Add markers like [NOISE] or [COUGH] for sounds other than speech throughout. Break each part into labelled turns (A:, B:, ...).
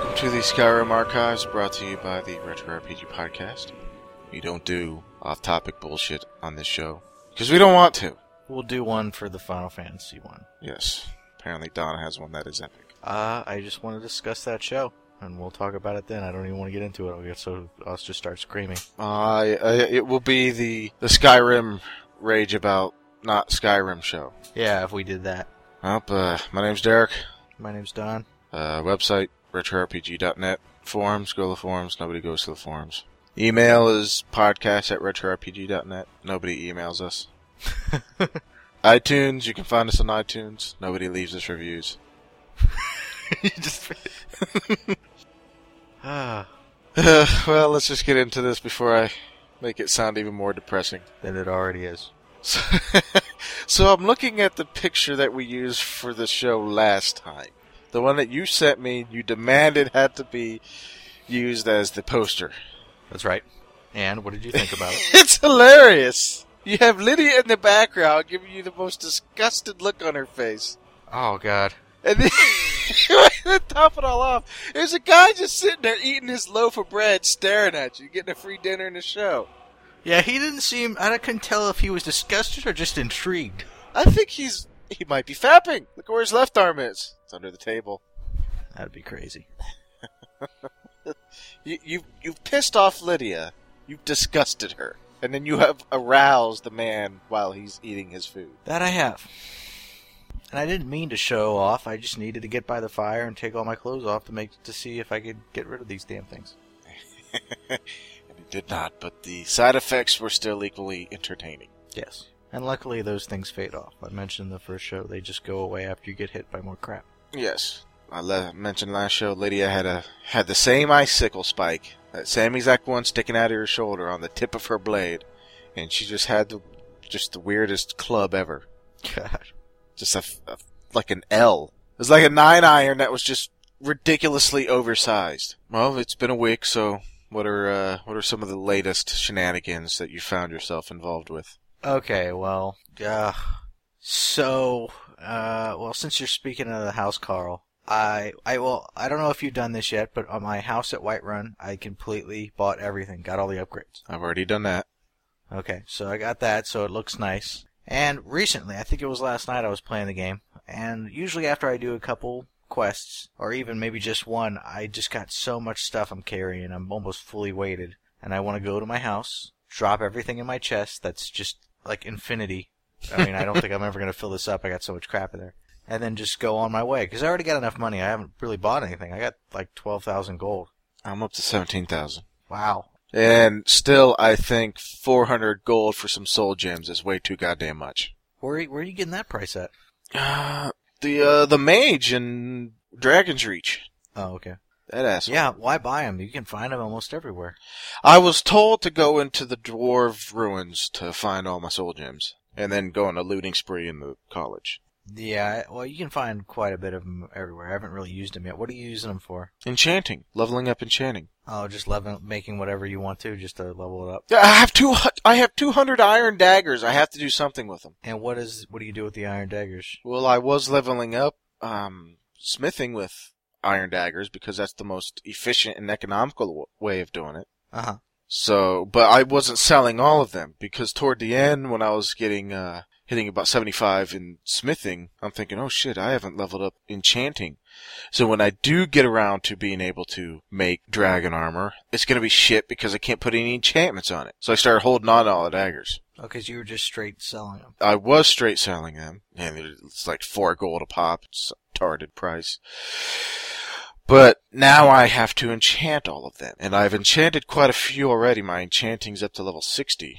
A: Skyrim Archives brought to you by the Retro RPG Podcast. We don't do off topic bullshit on this show because we don't want to.
B: We'll do one for the Final Fantasy one.
A: Yes, apparently Donna has one that is epic.
B: Uh, I just want to discuss that show, and we'll talk about it then. I don't even want to get into it. I'll get so I'll just start screaming.
A: Uh, it will be the, the Skyrim rage about not Skyrim show.
B: Yeah, if we did that.
A: Well, uh, my name's Derek.
B: My name's Don.
A: Uh, website, retrorpg.net. Forums, go to the forums. Nobody goes to the forums. Email is podcast at retrorpg.net. Nobody emails us. iTunes, you can find us on iTunes. Nobody leaves us reviews. [SIGHS]
B: you [LAUGHS] just. ah,
A: Uh, well, let's just get into this before I make it sound even more depressing. [LAUGHS]
B: then it already is.
A: So, so I'm looking at the picture that we used for the show last time. The one that you sent me, you demanded had to be used as the poster.
B: That's right. And what did you think about [LAUGHS] it?
A: It's hilarious. You have Lydia in the background giving you the most disgusted look on her face.
B: Oh God.
A: And then, [LAUGHS] to top it all off, there's a guy just sitting there eating his loaf of bread, staring at you, getting a free dinner and a show.
B: Yeah, he didn't seem. I couldn't tell if he was disgusted or just intrigued.
A: I think he's he might be fapping. Look where his left arm is. It's under the table.
B: That'd be crazy.
A: You, you you've pissed off Lydia. You've disgusted her, and then you have aroused the man while he's eating his food.
B: That I have. And I didn't mean to show off. I just needed to get by the fire and take all my clothes off to make to see if I could get rid of these damn things.
A: And it did not, but the side effects were still equally entertaining.
B: Yes. And luckily, those things fade off. I mentioned in the first show they just go away after you get hit by more crap.
A: Yes, I le- mentioned last show. Lydia had a had the same icicle spike, that same exact one sticking out of her shoulder on the tip of her blade, and she just had the just the weirdest club ever.
B: God.
A: just a, f- a f- like an L. It was like a nine iron that was just ridiculously oversized. Well, it's been a week, so what are uh, what are some of the latest shenanigans that you found yourself involved with?
B: Okay. Well. Uh, so. Uh, well, since you're speaking of the house, Carl, I, I, well, I don't know if you've done this yet, but on my house at Whiterun, I completely bought everything, got all the upgrades.
A: I've already done that.
B: Okay, so I got that, so it looks nice. And recently, I think it was last night I was playing the game, and usually after I do a couple quests, or even maybe just one, I just got so much stuff I'm carrying, I'm almost fully weighted, and I want to go to my house, drop everything in my chest that's just like infinity. I mean, I don't think I'm ever going to fill this up, I got so much crap in there. And then just go on my way, because I already got enough money, I haven't really bought anything. I got like 12,000 gold.
A: I'm up to seventeen thousand,
B: Wow.
A: and still I think four hundred gold for some soul gems is way too goddamn much.
B: Where, are- where are you getting that price at?
A: Uh, the uh, the mage in Dragon's Reach.
B: Oh, okay.
A: That asshole.
B: Yeah, why buy them? You can find them almost everywhere.
A: I was told to go into the dwarf ruins to find all my soul gems, and then go on a looting spree in the college.
B: Yeah, well, you can find quite a bit of them everywhere. I haven't really used them yet. What are you using them for?
A: Enchanting, leveling up enchanting.
B: Oh, just loving, making whatever you want to, just to level it up.
A: Yeah, I have two. hu- I have two hundred iron daggers. I have to do something with them.
B: And what is what do you do with the iron daggers?
A: Well, I was leveling up, um, smithing with iron daggers because that's the most efficient and economical w- way of doing it.
B: Uh huh.
A: So, but I wasn't selling all of them because toward the end, when I was getting uh, hitting about seventy-five in smithing, I'm thinking, oh shit, I haven't leveled up enchanting. So when I do get around to being able to make dragon armor, it's gonna be shit because I can't put any enchantments on it. So I started holding on to all the daggers.
B: Oh, because you were just straight selling them.
A: I was straight selling them, and it's like four gold a pop. It's a tarded price. But now I have to enchant all of them, and I've enchanted quite a few already. My enchanting's up to level 60,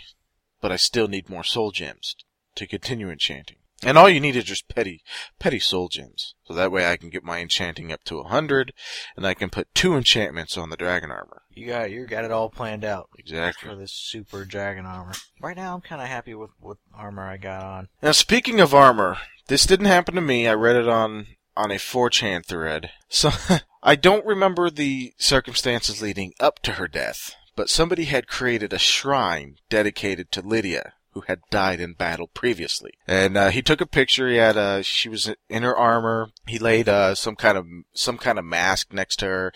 A: but I still need more soul gems to continue enchanting. And all you need is just petty, petty soul gems. So that way I can get my enchanting up to 100, and I can put two enchantments on the dragon armor.
B: You got you got it all planned out for
A: Exactly.
B: this super dragon armor. Right now, I'm kind of happy with what armor I got on.
A: Now, speaking of armor, this didn't happen to me. I read it on on a 4chan thread. So [LAUGHS] I don't remember the circumstances leading up to her death, but somebody had created a shrine dedicated to Lydia, who had died in battle previously. And uh, he took a picture. He had uh, she was in her armor. He laid uh, some kind of some kind of mask next to her.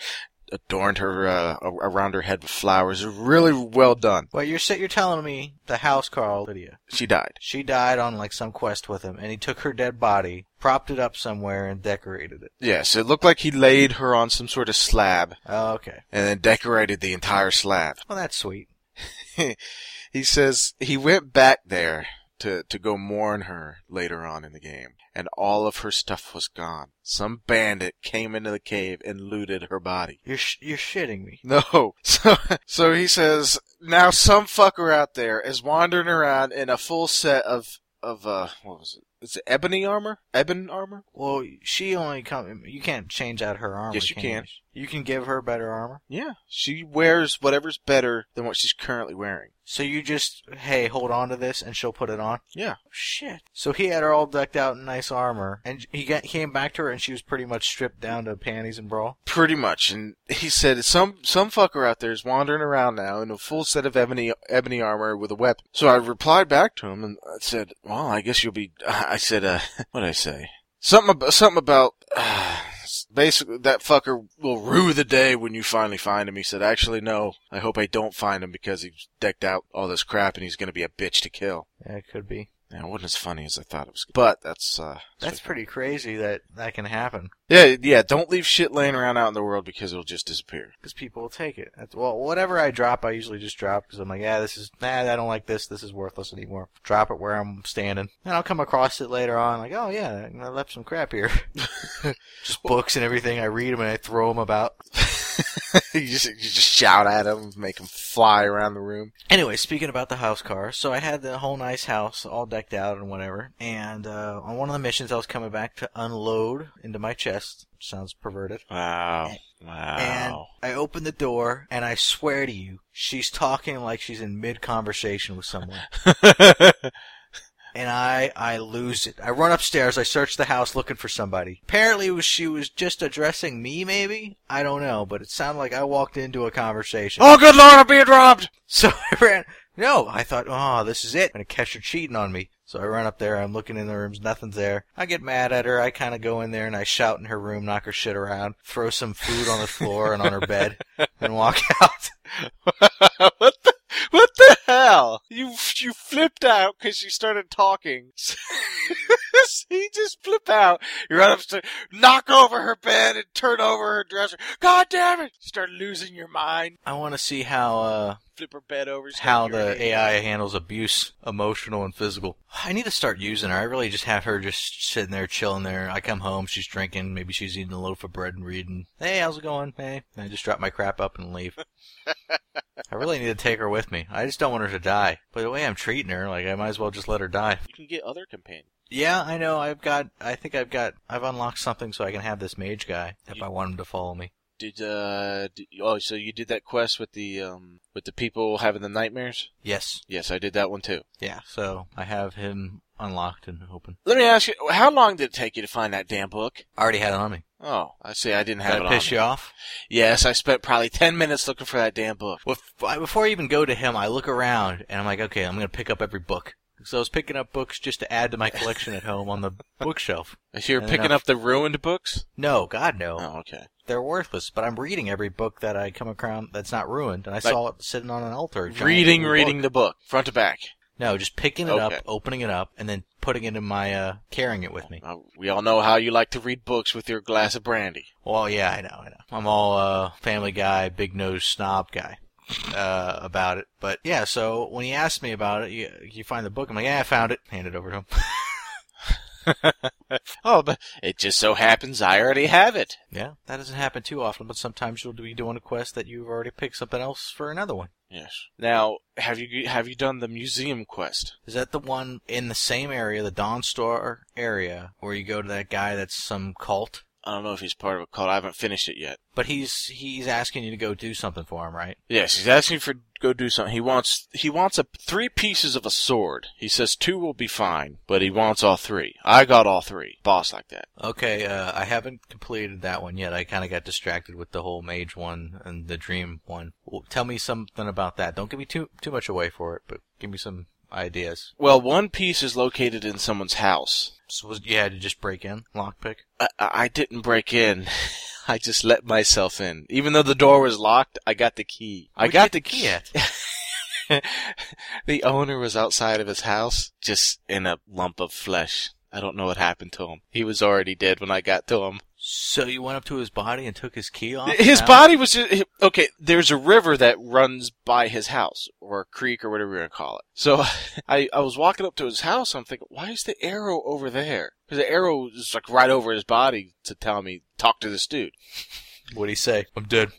A: adorned her uh, a- around her head with flowers. Really well done.
B: Well, you're sa- you're telling me the house Carl Lydia.
A: She died.
B: She died on like some quest with him, and he took her dead body, propped it up somewhere, and decorated it.
A: Yes, it looked like he laid her on some sort of slab
B: Oh, okay.
A: and then decorated the entire slab.
B: Well, that's sweet.
A: He says he went back there to, to go mourn her later on in the game, and all of her stuff was gone. Some bandit came into the cave and looted her body. [LAUGHS]
B: You're sh- you're shitting me.
A: No. So, so he says, now some fucker out there is wandering around in a full set of, of, uh, what was it? Is it ebony armor? Ebon armor?
B: Well, she only come. You can't change out her armor.
A: Yes, you can.
B: You? you can give her better armor.
A: Yeah. She wears whatever's better than what she's currently wearing.
B: So you just hey, hold on to this, and she'll put it on.
A: Yeah.
B: Oh, Shit. So he had her all decked out in nice armor, and he got, came back to her, and she was pretty much stripped down to panties and bra.
A: Pretty much, and he said some some fucker out there is wandering around now in a full set of ebony ebony armor with a weapon. So I replied back to him and I said, "Well, I guess you'll be." [LAUGHS] I said, "Uh, what did I say? Something about something about." [SIGHS] Uh, Basically, that fucker will rue the day when you finally find him. He said, "Actually, no. I hope I don't find him because he's decked out all this crap and he's going to be a bitch to kill."
B: Yeah, it could be.
A: Yeah, it wasn't as funny as I thought it was. But that's uh,
B: That's pretty crazy that that can happen
A: yeah, yeah. Don't leave shit laying around out in the world because it'll just disappear.
B: because people will take it. That's, well, whatever I drop, I usually just drop because I'm like, yeah, this is nah, I don't like this. This is worthless anymore. Drop it where I'm standing, and I'll come across it later on. Like, oh yeah, I left some crap here. [LAUGHS] just books and everything. I read them and I throw them about.
A: [LAUGHS] you just you just shout at them, make them fly around the room.
B: Anyway, speaking about the house car, so I had the whole nice house all decked out and whatever. And uh, on one of the missions, I was coming back to unload into my chest. Sounds perverted.
A: Wow,
B: And I opened the door, and I swear to you, she's talking like she's in mid conversation with someone. and I, I lose it. I run upstairs. I search the house looking for somebody. Apparently, it was she was just addressing me, maybe I don't know, but it sounded like I walked into a conversation.
A: [LAUGHS] oh, good lord, I'm being robbed.
B: [LAUGHS] So I ran. No, I thought, oh, this is it. I'm gonna catch her cheating on me. So I run up there. I'm looking in the rooms. Nothing's there. I get mad at her. I kind of go in there and I shout in her room, knock her shit around, throw some food on the floor and on her bed, and walk [LAUGHS] out.
A: [LAUGHS] what the what the hell? You you flipped out because you started talking. [LAUGHS] he just flipped out. You run upstairs, knock over her bed, and turn over her dresser. God damn it! Start losing your mind.
B: I want to see how uh,
A: Flip her bed over. start
B: how the
A: urinating.
B: AI handles abuse, emotional and physical. I need to start using her. I really just have her just sitting there, chilling there. I come home, she's drinking, maybe she's eating a loaf of bread and reading. Hey, how's it going? Hey, and I just drop my crap up
A: [LAUGHS]
B: and leave. I really need to take her with me. I just don't want her to die. But the way I'm treating her, like I might as well just let her die.
A: You can get other companions.
B: Yeah, I know. I've got. I think I've got. I've unlocked something so I can have this mage guy if I want him to follow me.
A: Did uh? Did, oh, so you did that quest with the um with the people having the nightmares?
B: Yes.
A: Yes, I did that one too.
B: Yeah. So I have him unlocked and open.
A: Let me ask you, how long did it take you to find that damn book?
B: I already had it on me.
A: Oh, I see. I didn't have
B: Did
A: it
B: I piss
A: on.
B: you off?
A: me. Yes, I spent probably ten minutes looking for that damn book.
B: Well, f- I- before I even go to him, I look around and I'm like, okay, I'm gonna pick up every book. So I was picking up books just to add to my collection at
A: [LAUGHS]
B: home on the bookshelf.
A: So you're
B: And
A: picking
B: enough.
A: up the ruined books?
B: No, God no,
A: uh, Oh, okay.
B: they're worthless. But I'm reading every book that I come across that's not ruined, and I
A: Like-
B: saw it sitting on an altar. a giant
A: Reading,
B: blue
A: reading
B: book.
A: the book, front to back.
B: No, just picking it
A: Okay.
B: up, opening it up, and then putting it in my uh, carrying it with me.
A: Uh, we all know how you like to read books with your glass of brandy.
B: Well, yeah, I know, I know. I'm all uh, Family Guy, big nose snob guy uh, about it. But yeah, so when he asked me about it, you, you find the book. I'm like, yeah, I found it. Hand it over to him.
A: Oh, but it just so happens I already have it.
B: yeah, that doesn't happen too often. But sometimes you'll be doing a quest that you've already picked something else for another one.
A: Yes. Now, have you have you done the museum quest?
B: Is that the one in the same area, the Dawn Star area, where you go to that guy that's some cult?
A: I don't know if he's part of a cult. I haven't finished it yet.
B: But he's he's asking you to go do something for him, right?
A: Yes, he's asking for go do something. He wants he wants a three pieces of a sword. He says two will be fine, but he wants all three. I got all three. Boss like that.
B: Okay, uh, I haven't completed that one yet. I kind of got distracted with the whole mage one and the dream one. Well, tell me something about that. Don't give me too too much away for it, but give me some ideas.
A: Well, one piece is located in someone's house.
B: So was, you had to just break in, lockpick.
A: I, I I didn't break in. [LAUGHS] I just let myself in. Even though the door was locked, I got the key. I
B: Where'd you
A: got
B: get
A: the key. [LAUGHS] the owner was outside of his house, just in a lump of flesh. I don't know what happened to him. He was already dead when I got to him.
B: So you went up to his body and took his key off.
A: His
B: Now-
A: body was just he- okay. There's a river that runs by his house, or a creek, or whatever you want to call it. So [LAUGHS] I, I was walking up to his house. I'm thinking, why is the arrow over there? Because the arrow is like right over his body to tell me talk to this dude. [LAUGHS]
B: What'd he say? I'm dead.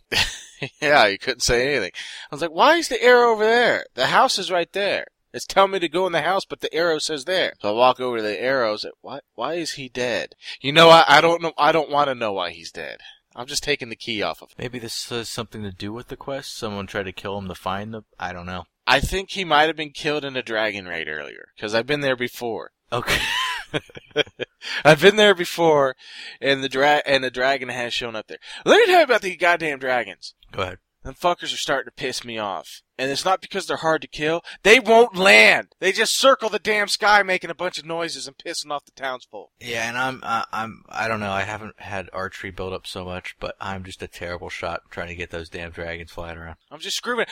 A: yeah, he couldn't say anything. I was like, why is the arrow over there? The house is right there. It's telling me to go in the house, but the arrow says there. So I walk over to the arrow. I was like, why? Why is he dead? You know, I, I don't know. I don't want to know why he's dead. I'm just taking the key off of. him.
B: Maybe this has something to do with the quest. Someone tried to kill him to find the. I don't know.
A: I think he might have been killed in a dragon raid earlier because I've been there [LAUGHS] before.
B: Okay.
A: I've been there before, and the dra- and the dragon has shown up there. Let me tell you about these goddamn dragons.
B: [LAUGHS] Go ahead.
A: Them fuckers are starting to piss me off, and it's not because they're hard to kill. They won't land. They just circle the damn sky, making a bunch of noises and pissing off the townsfolk.
B: Yeah, and I'm uh, I'm I don't know. I haven't had archery build up so much, but I'm just a terrible shot trying to get those damn dragons flying around.
A: I'm just screaming.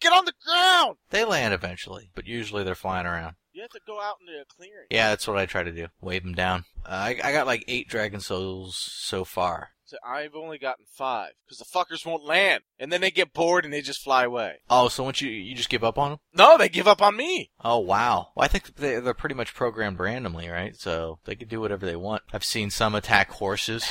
A: Get on the ground.
B: They land eventually, but usually they're flying around.
A: You have to go out into a clearing.
B: Yeah, that's what I try to do. Wave them down. Uh, I I got like eight dragon souls so far.
A: So I've only gotten five because the fuckers won't land, and then they get bored and they just fly away.
B: Oh, so once you you just give up on them?
A: No, they give up on me.
B: Oh wow. Well, I think they, they're pretty much programmed randomly, right? So they can do whatever they want. I've seen some attack [LAUGHS] horses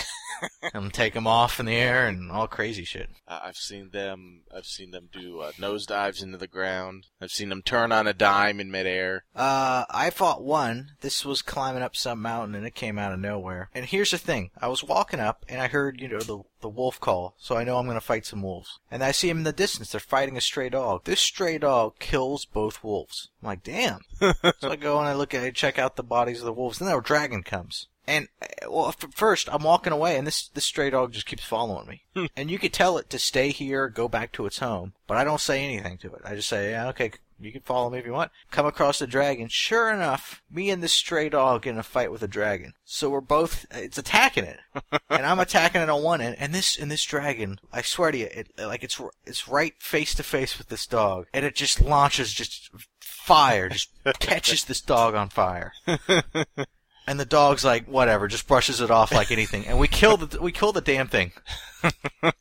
B: and take them off in the air and all crazy shit.
A: Uh, I've seen them. I've seen them do uh, nosedives into the ground. I've seen them turn on a dime in midair.
B: Uh, I fought one. This was climbing up some mountain, and it came out of nowhere. And here's the thing: I was walking up, and I heard, you know, the the wolf call, so I know I'm gonna fight some wolves. And I see them in the distance; they're fighting a stray dog. This stray dog kills both wolves. I'm like, damn. so I go and I look at, I check out the bodies of the wolves. Then a dragon comes, and uh, well, f- first I'm walking away, and this this stray dog just keeps following me. And you could tell it to stay here, go back to its home, but I don't say anything to it. I just say, yeah, okay, you can follow me if you want. Come across the dragon. Sure enough, me and this stray dog get in a fight with a dragon. So we're both, uh, it's attacking it. and I'm attacking it on one end, and this, and this dragon, I swear to you, it, like it's, r- it's right face to face with this dog, and it just launches just fire, just catches this dog on fire. And the dog's like, whatever, just brushes it off like anything. And we kill the we kill the damn thing.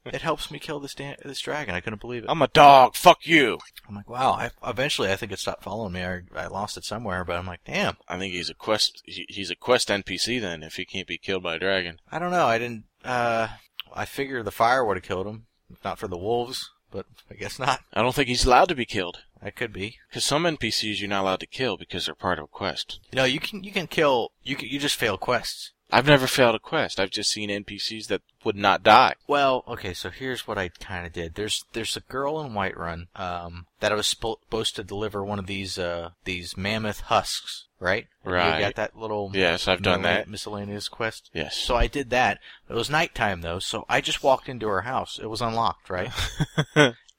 B: it helps me kill this damn this dragon. I couldn't believe it.
A: I'm a dog. Fuck you.
B: I'm like, wow. I, eventually, I think it stopped following me. I, I lost it somewhere, but I'm like, damn.
A: I think he's a quest. He, he's a quest NPC then. If he can't be killed by a dragon.
B: I don't know. I didn't. Uh, I figure the fire would have killed him, if not for the wolves, but I guess not.
A: I don't think he's allowed to be killed.
B: That could be.
A: Because some NPCs you're not allowed to kill because they're part of a quest.
B: You know, you can you can kill. You can, you just fail quests.
A: I've never failed a quest. I've just seen NPCs that would not die.
B: Well, okay, so here's what I kind of did. There's there's a girl in Whiterun um, that I was spo- supposed to deliver one of these uh, these mammoth husks, right?
A: Right.
B: You got that little
A: Yes, I've done that.
B: miscellaneous quest.
A: Yes. [LAUGHS]
B: So I did that. It was nighttime though, so I just walked into her house. It was unlocked, right?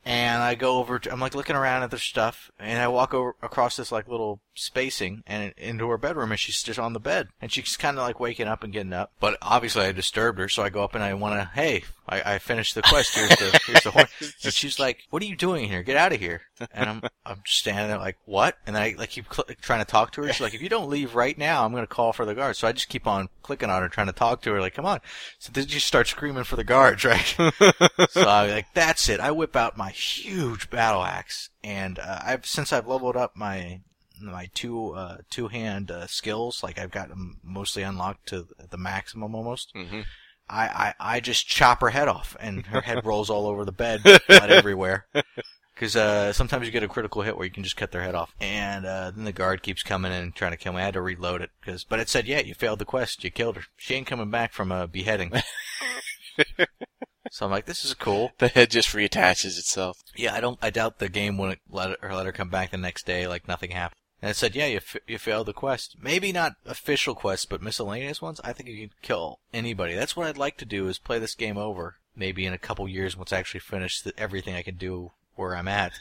B: and I go over to I'm like looking around at their stuff and I walk over across this like little spacing and into her bedroom and she's just on the bed and she's kind of like waking up and getting up but obviously I disturbed her so I go up and I want to hey I, I finished the quest here's the here's the horn and she's like what are you doing here get out of here and I'm [LAUGHS] I'm just standing there like what and I like keep cl- trying to talk to her she's like if you don't leave right now I'm gonna call for the guards so I just keep on clicking on her trying to talk to her like come on so then you start screaming for the guards [LAUGHS] right so I'm like, that's it. I whip out my huge battle axe, and uh, I've since I've leveled up my my two uh, two hand uh, skills. Like I've got 'em mostly unlocked to the maximum almost.
A: hmm
B: I, I I just chop her head off, and her head rolls all over the bed, blood everywhere. Because uh, sometimes you get a critical hit where you can just cut their head off, and uh, then the guard keeps coming in and trying to kill me. I had to reload it, cause, but it said, "Yeah, you failed the quest. You killed her. She ain't coming back from a beheading." so I'm like, "This is cool."
A: The head just reattaches itself.
B: Yeah, I don't. I doubt the game wouldn't let her, let her come back the next day like nothing happened. And it said, yeah, you f- you failed the quest. Maybe not official quests, but miscellaneous ones. I think you can kill anybody. That's what I'd like to do is play this game over. Maybe in a couple years, once I actually finish the, everything I can do where I'm at.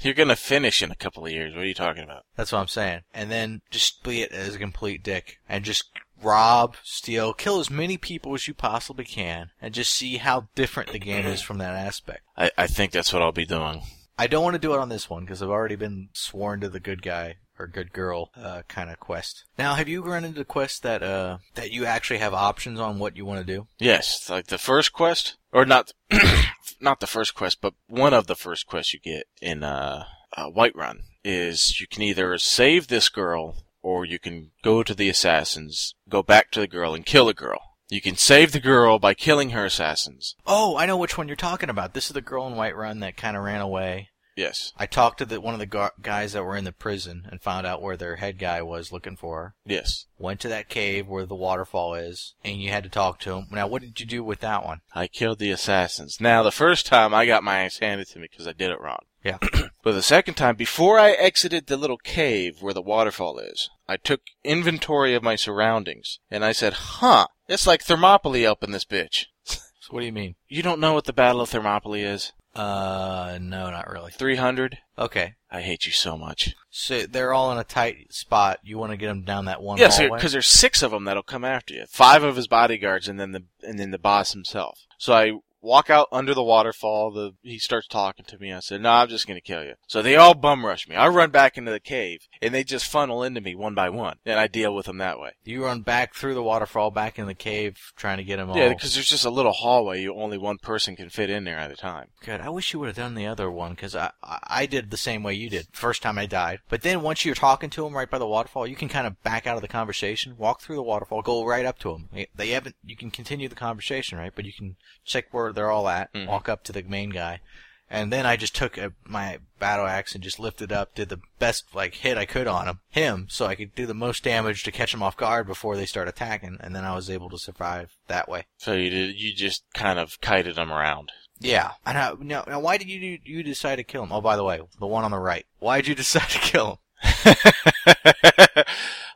A: You're gonna finish in a couple of years. What are you talking about?
B: That's what I'm saying. And then just be it as a complete dick and just rob, steal, kill as many people as you possibly can and just see how different the game is from that aspect.
A: I, I think that's what I'll be doing.
B: I don't want to do it on this one because I've already been sworn to the good guy or good girl uh, kind of quest. Now, have you run into quests that uh, that you actually have options on what you want to do?
A: Yes, like the first quest, or not, [CLEARS THROAT] not the first quest, but one of the first quests you get in uh, uh, Whiterun is you can either save this girl or you can go to the assassins, go back to the girl and kill the girl. You can save the girl by killing her assassins.
B: Oh, I know which one you're talking about. This is the girl in Whiterun that kind of ran away.
A: Yes,
B: I talked to the, one of the gu guys that were in the prison and found out where their head guy was looking for her.
A: yes.
B: Went to that cave where the waterfall is, and you had to talk to him. Now, what did you do with that one?
A: I killed the assassins. Now, the first time I got my ass handed to me because I did it wrong.
B: Yeah.
A: [CLEARS THROAT] but the second time, before I exited the little cave where the waterfall is, I took inventory of my surroundings and I said, huh, it's like Thermopylae up in this bitch.
B: So, what do you mean?
A: You don't know what the Battle of Thermopylae is?
B: Uh, no, not really.
A: 300?
B: Okay.
A: I hate you so much.
B: So they're all in a tight spot. You want to get them down that one
A: Yes,
B: hallway?
A: because there's six of them that'll come after you. Five of his bodyguards, and then the and then the boss himself. So I walk out under the waterfall. The he starts talking to me. I said, "No, I'm just gonna kill you." So they all bum rush me. I run back into the cave, and they just funnel into me one by one, and I deal with them that way.
B: You run back through the waterfall, back in the cave, trying to get them all.
A: Yeah, because there's just a little hallway. You only one person can fit in there at a time.
B: Good. I wish you would have done the other one because I, I I did the same way you did. First time I died, but then once you're talking to them right by the waterfall, you can kind of back out of the conversation, walk through the waterfall, go right up to them. They haven't. You can continue the conversation, right? But you can check where they're all at,
A: Mhm.
B: walk up to the main guy, and then I just took a, my battle axe and just lifted up, did the best like hit I could on him, him, so I could do the most damage to catch him off guard before they start attacking, and then I was able to survive that way.
A: So you did, you just kind of kited them around.
B: Yeah. And I, now, now, why did you do- you decide to kill him? Oh, by the way, the one on the right. Why did you [LAUGHS] decide to kill him?
A: [LAUGHS]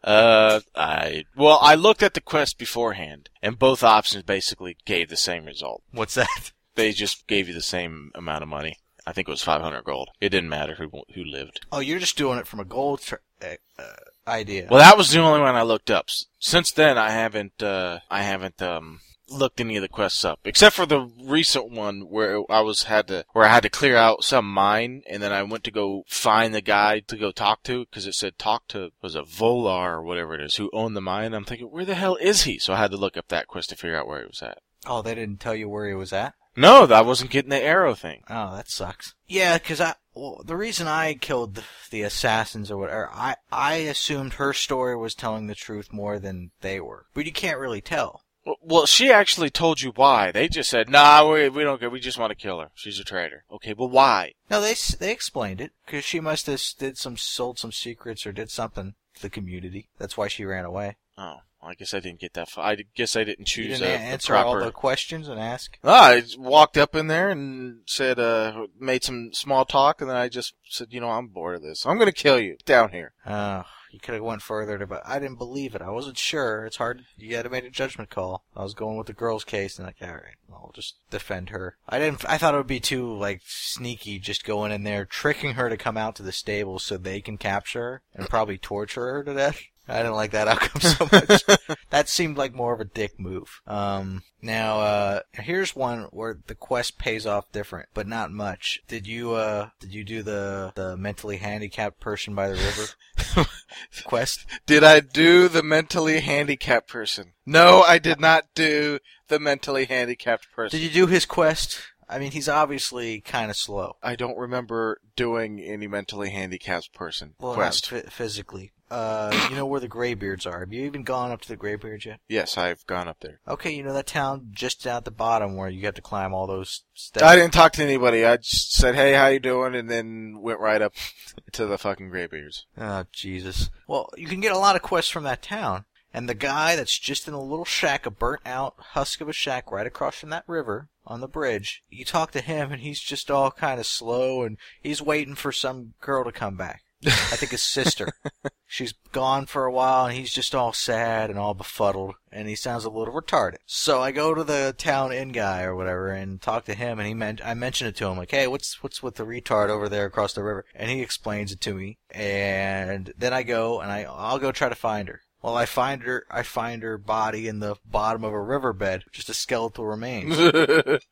A: uh, I well, I looked at the quest beforehand, and both options basically gave the same result.
B: What's that?
A: They just gave you the same amount of money. I think it was 500 gold. It didn't matter who who lived.
B: Oh, you're just doing it from a goal tr- uh, uh, idea.
A: Well, that was the only one I looked up. S- Since then, I haven't uh, I haven't um, looked any of the quests up, except for the recent one where I was had to where I had to clear out some mine, and then I went to go find the guy to go talk to because it said talk to was a Volar or whatever it is who owned the mine. I'm thinking, where the hell is he? So I had to look up that quest to figure out where he was at.
B: Oh, they didn't tell you where he was at.
A: No, I wasn't getting the arrow thing.
B: Oh, that sucks. Yeah, because I well, the reason I killed the, the assassins or whatever, I I assumed her story was telling the truth more than they were, but you can't really tell.
A: Well- Well, she actually told you why. They just said, "Nah, we we don't care. We just want to kill her. She's a traitor." Okay, well, why?
B: No, they s- they explained it because she must have s- did some sold some secrets or did something to the community. That's why she ran away.
A: Oh, well, I guess I didn't get that. Far. I d- guess I didn't
B: You
A: choose
B: didn't
A: a,
B: a-
A: the
B: answer all
A: proper.
B: the questions and ask.
A: Ah, I just walked up in there and said, uh, made some small talk, and then I just said, you know, I'm bored of this. I'm gonna kill you down here.
B: Oh, you could have went further, to, but I didn't believe it. I wasn't sure. It's hard. You had to make a judgment call. I was going with the girl's case, and like, all right, I'll just defend her. I didn't. I thought it would be too like sneaky, just going in there, tricking her to come out to the stable so they can capture her and probably torture her to death. I didn't like that [LAUGHS] outcome so much. that seemed like more of a dick move. Um, now, uh, here's one where the quest pays off different, but not much. Did you, uh, did you do the, the mentally handicapped person by the river quest?
A: Did I do the mentally handicapped person? No, I did not do the mentally handicapped person.
B: [LAUGHS] Did you do his quest? I mean, he's obviously kind of slow.
A: I don't remember doing any mentally handicapped person
B: Well,
A: quest.
B: not phy- physically. Uh, you know where the Graybeards are. Have you even gone up to the Graybeards yet?
A: Yes, I've gone up there.
B: Okay, you know that town just out the bottom where you have to climb all those steps.
A: I didn't talk to anybody. I just said, "Hey, how you doing?" and then went right up [LAUGHS] to the fucking graybeards.
B: Oh, Jesus. Well, you can get a lot of quests from that town. And the guy that's just in a little shack, a burnt out husk of a shack right across from that river on the bridge, you talk to him and he's just all kind of slow and he's waiting for some girl to come back. I think his sister. She's gone for a while, and he's just all sad and all befuddled, and he sounds a little retarded. So I go to the town inn guy or whatever and talk to him, and he men- I mention it to him like, "Hey, what's what's with the retard over there across the river?" And he explains it to me, and then I go and I I'll go try to find her. Well, I find her. I find her body in the bottom of a riverbed, just a skeletal remains.
A: [LAUGHS]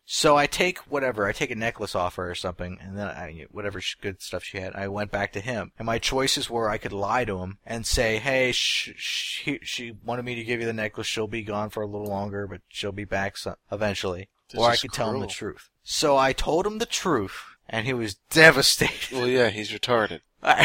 B: So I take whatever, I take a necklace off her or something, and then I, whatever sh- good stuff she had, I went back to him. And my choices were I could lie to him and say, hey, sh- she, she wanted me to give you the necklace, she'll be gone for a little longer, but she'll be back so- eventually.
A: This
B: or I
A: is
B: could tell him the
A: cruel.
B: truth. So I told him the truth, and he was [LAUGHS] devastated.
A: well, yeah, he's retarded.
B: I,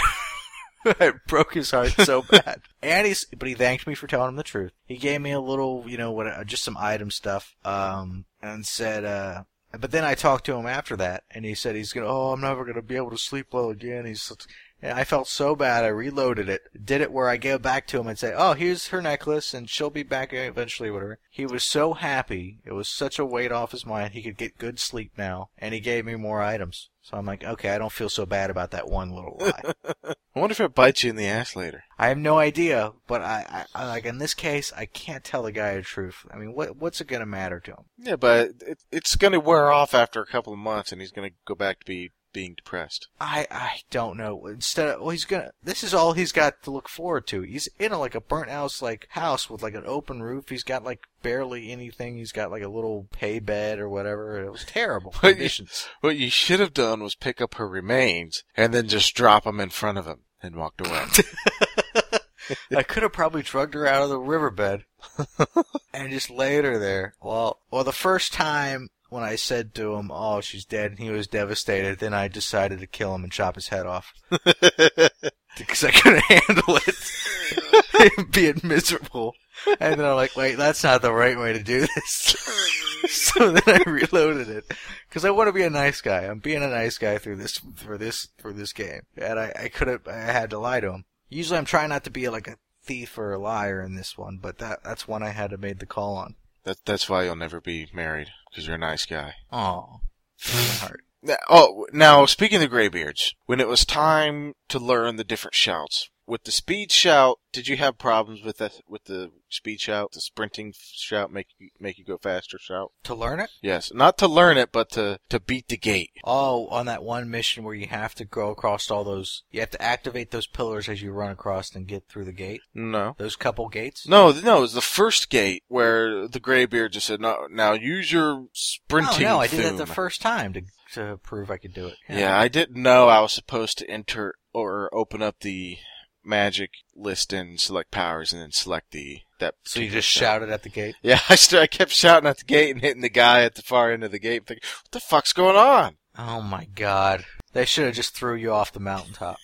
B: [LAUGHS] I broke his heart so bad. And he's, but he thanked me for telling him the truth. He gave me a little, you know, what, uh, just some item stuff, um, and said, uh, but then I talked to him after that, and he said he's gonna, oh, I'm never gonna be able to sleep well again. He's, and I felt so bad. I reloaded it, did it where I go back to him and say, oh, here's her necklace, and she'll be back eventually, whatever. He was so happy. It was such a weight off his mind. He could get good sleep now, and he gave me more items. So I'm like, okay, I don't feel so bad about that one little lie.
A: I wonder if it bites you in the ass later.
B: I have no idea, but I, I, I like in this case, I can't tell the guy the truth. I mean, what what's it gonna matter to him?
A: Yeah, but it, it's going to wear off after a couple of months, and he's going to go back to be being depressed.
B: I I don't know. Instead of well, he's gonna. This is all he's got to look forward to. He's in a, like a burnt house like house with like an open roof. He's got like barely anything. He's got like a little pay bed or whatever. It was terrible
A: But you-
B: conditions.
A: What you should have done was pick up her remains and then just drop them in front of him and walked away.
B: I could have probably drugged her out of the riverbed [LAUGHS] and just laid her there. Well, well, the first time when I said to him, "Oh, she's dead," and he was devastated, then I decided to kill him and chop his head off [LAUGHS] because I couldn't [LAUGHS] handle it, [LAUGHS] being miserable. And then I'm like, "Wait, that's not the right way to do this." [LAUGHS] so then I reloaded it because I want to be a nice guy. I'm being a nice guy through this, for this, for this game, and I, I could have, I had to lie to him. Usually, I'm trying not to be like a thief or a liar in this one, but that that's one I had to made the call on.
A: that, that's why you'll never be married, because you're a nice guy.
B: Oh, heart.
A: Now, oh, now speaking of graybeards, when it was time to learn the different shouts, with the speed shout, did you have problems with the with the speed shout, the sprinting shout, make you make you go faster shout?
B: To learn it?
A: Yes, not to learn it, but to to beat the gate.
B: Oh, on that one mission where you have to go across all those, you have to activate those pillars as you run across and get through the gate.
A: No.
B: Those couple gates.
A: No, th- no, it was the first gate where the graybeard just said, "No, now use your
B: Oh
A: sprinting."
B: no, I did that the
A: thum."
B: first time to to prove I could do it.
A: Yeah, I didn't know I was supposed to enter or open up the magic list and select powers, and then select the that.
B: So you
A: particular
B: just
A: shout.
B: shouted at the gate.
A: Yeah, [LAUGHS] I, st- I kept shouting at the gate and hitting the guy at the far end of the gate. Thinking, what the fuck's going on?
B: Oh my god. They should have just threw you off the mountaintop.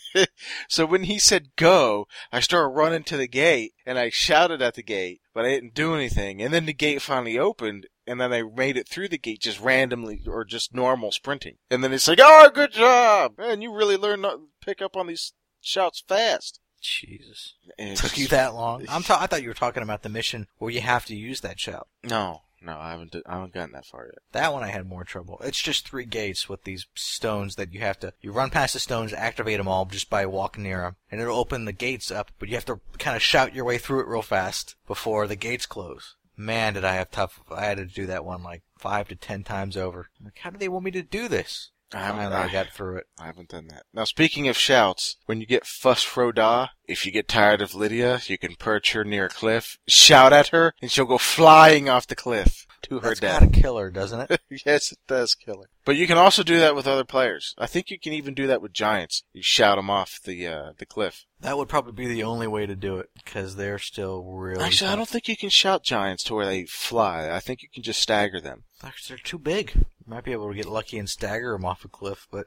A: So when he said go, I started running to the gate and I shouted at the gate, but I didn't do anything. And then the gate finally opened, and then I made it through the gate just randomly or just normal sprinting. And then it's like, oh, good job, man! You really learn to pick up on these shouts fast.
B: Jesus.
A: And it's
B: Took you
A: just-
B: that
A: [LAUGHS]
B: long? I'm ta- I thought you were talking about the mission where you have to use that shout.
A: No, no, I haven't. d- I haven't gotten that far yet.
B: That one I had more trouble. It's just three gates with these stones that you have to. You run past the stones, activate them all just by walking near them, and it'll open the gates up. But you have to kind of shout your way through it real fast before the gates close. Man, did I have tough! I had to do that one like five to ten times over. I'm Like, how do they want me to do this?
A: I haven't,
B: Finally,
A: I,
B: I got through it.
A: I haven't done that. Now, speaking of shouts, when you get fuss froda, if you get tired of Lydia, you can perch her near a cliff, shout at her, and she'll go flying off the cliff to her
B: That's
A: death.
B: gotta kill her,
A: [LAUGHS]
B: doesn't it?
A: yes, it does kill her. But you can also do that with other players. I think you can even do that with giants. You shout them off the uh, the cliff.
B: That would probably be the only way to do it because they're still really.
A: Actually, I don't think you can shout giants to where they fly. I think you can just stagger [LAUGHS] them.
B: Actually, they're too big. You might be able to get lucky and stagger them off a cliff, but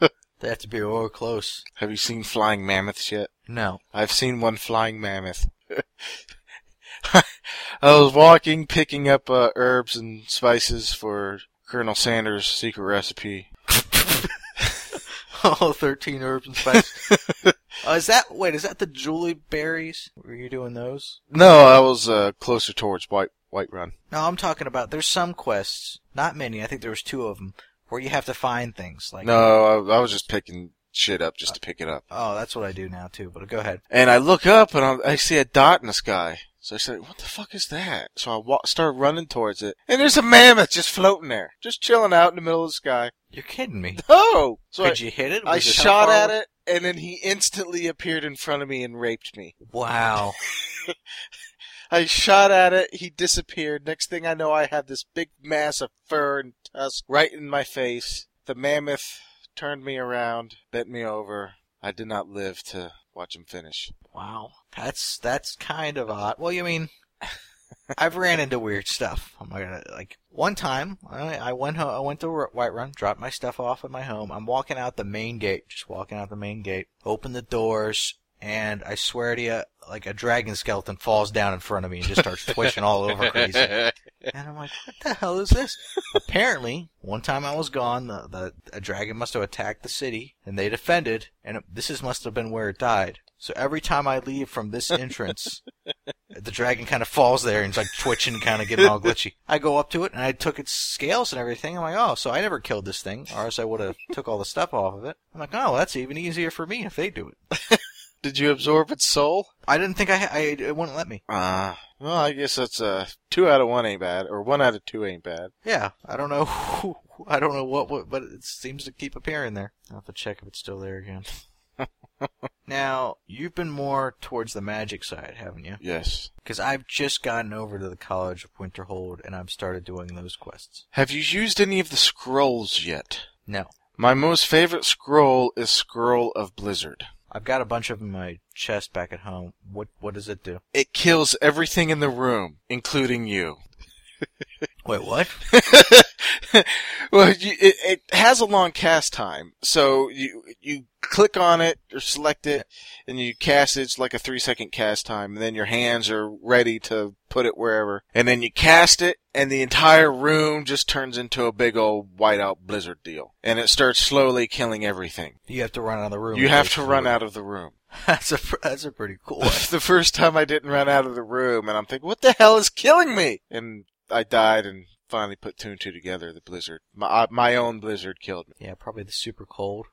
B: [LAUGHS] they have to be real close.
A: Have you seen flying mammoths yet?
B: No. [LAUGHS]
A: I've seen one flying mammoth. [LAUGHS] I was walking, picking up uh, herbs and spices for Colonel Sanders' secret recipe. [LAUGHS]
B: All 13 herbs and [LAUGHS] spices. uh, is that, wait, is that the Julie berries? Were you doing those?
A: No, I was uh, closer towards White White Run.
B: No, I'm talking about, there's some quests, not many, I think there was two of them, where you have to find things. Like,
A: No, I, I was just picking shit up just to pick it up.
B: Oh, that's what I do now too. But go ahead.
A: And I look up and I'm, I see a dot in the sky. So I said, "What the fuck is that?" So I wa- start running towards it, and there's a mammoth just floating there, just chilling out in the middle of the sky.
B: You're kidding me.
A: Oh! So I,
B: Could you hit it?
A: I
B: Was it how
A: shot
B: far
A: at
B: away?
A: it, and then he instantly appeared in front of me and raped me.
B: Wow.
A: I shot at it, he disappeared. Next thing I know, I have this big mass of fur and tusk right in my face. The mammoth turned me around, bent me over. I did not live to watch him finish.
B: Wow. That's that's kind of odd. Well, you mean I've ran into weird stuff. I'm not gonna like one time I, I went ho- I went to Ro- Whiterun, dropped my stuff off at my home. I'm walking out the main gate, just walking out the main gate. Open the doors, and I swear to you, like a dragon skeleton falls down in front of me and just starts twitching all over crazy. [LAUGHS] And I'm like, what the hell is this? Apparently, one time I was gone, the, the a dragon must have attacked the city, and they defended, and it, this is must have been where it died. So every time I leave from this entrance, the dragon kind of falls there and it's like twitching, kind of getting all glitchy. I go up to it and I took its scales and everything. I'm like, oh, so I never killed this thing, or else I would have took all the stuff off of it. I'm like, oh, that's even easier for me if they do it.
A: Did you absorb its soul?
B: I didn't think I, ha- I it wouldn't let me.
A: Ah. well, I guess that's uh, two out of one ain't bad, or one out of two ain't bad.
B: Yeah, I don't know. [LAUGHS] Who, I don't know what, what, but it seems to keep appearing there. I'll have to check if it's still
A: [LAUGHS]
B: there again. now, you've been more towards the magic side, haven't you?
A: Yes.
B: Because I've just gotten over to the College of Winterhold and I've started doing those quests.
A: Have you used any of the scrolls yet?
B: No.
A: My most favorite scroll is Scroll of Blizzard.
B: I've got a bunch of 'em in my chest back at home. What What does it do?
A: It kills everything in the room, including you.
B: Wait, what?
A: [LAUGHS] well, you, it, it has a long cast time, so you you click on it or select it, and you cast it. It's like a three second cast time, and then your hands are ready to put it wherever, and then you cast it, and the entire room just turns into a big old whiteout blizzard deal, and it starts slowly killing everything.
B: You have to run out of the room.
A: You have to run out of the room.
B: [LAUGHS] That's a pr- That's a pretty cool. one.
A: [LAUGHS] the first time I didn't run out of the room, and I'm thinking, what the hell is killing me? And I died and finally put two and two together. The blizzard, my, uh, my own blizzard killed me.
B: yeah, probably the super cold.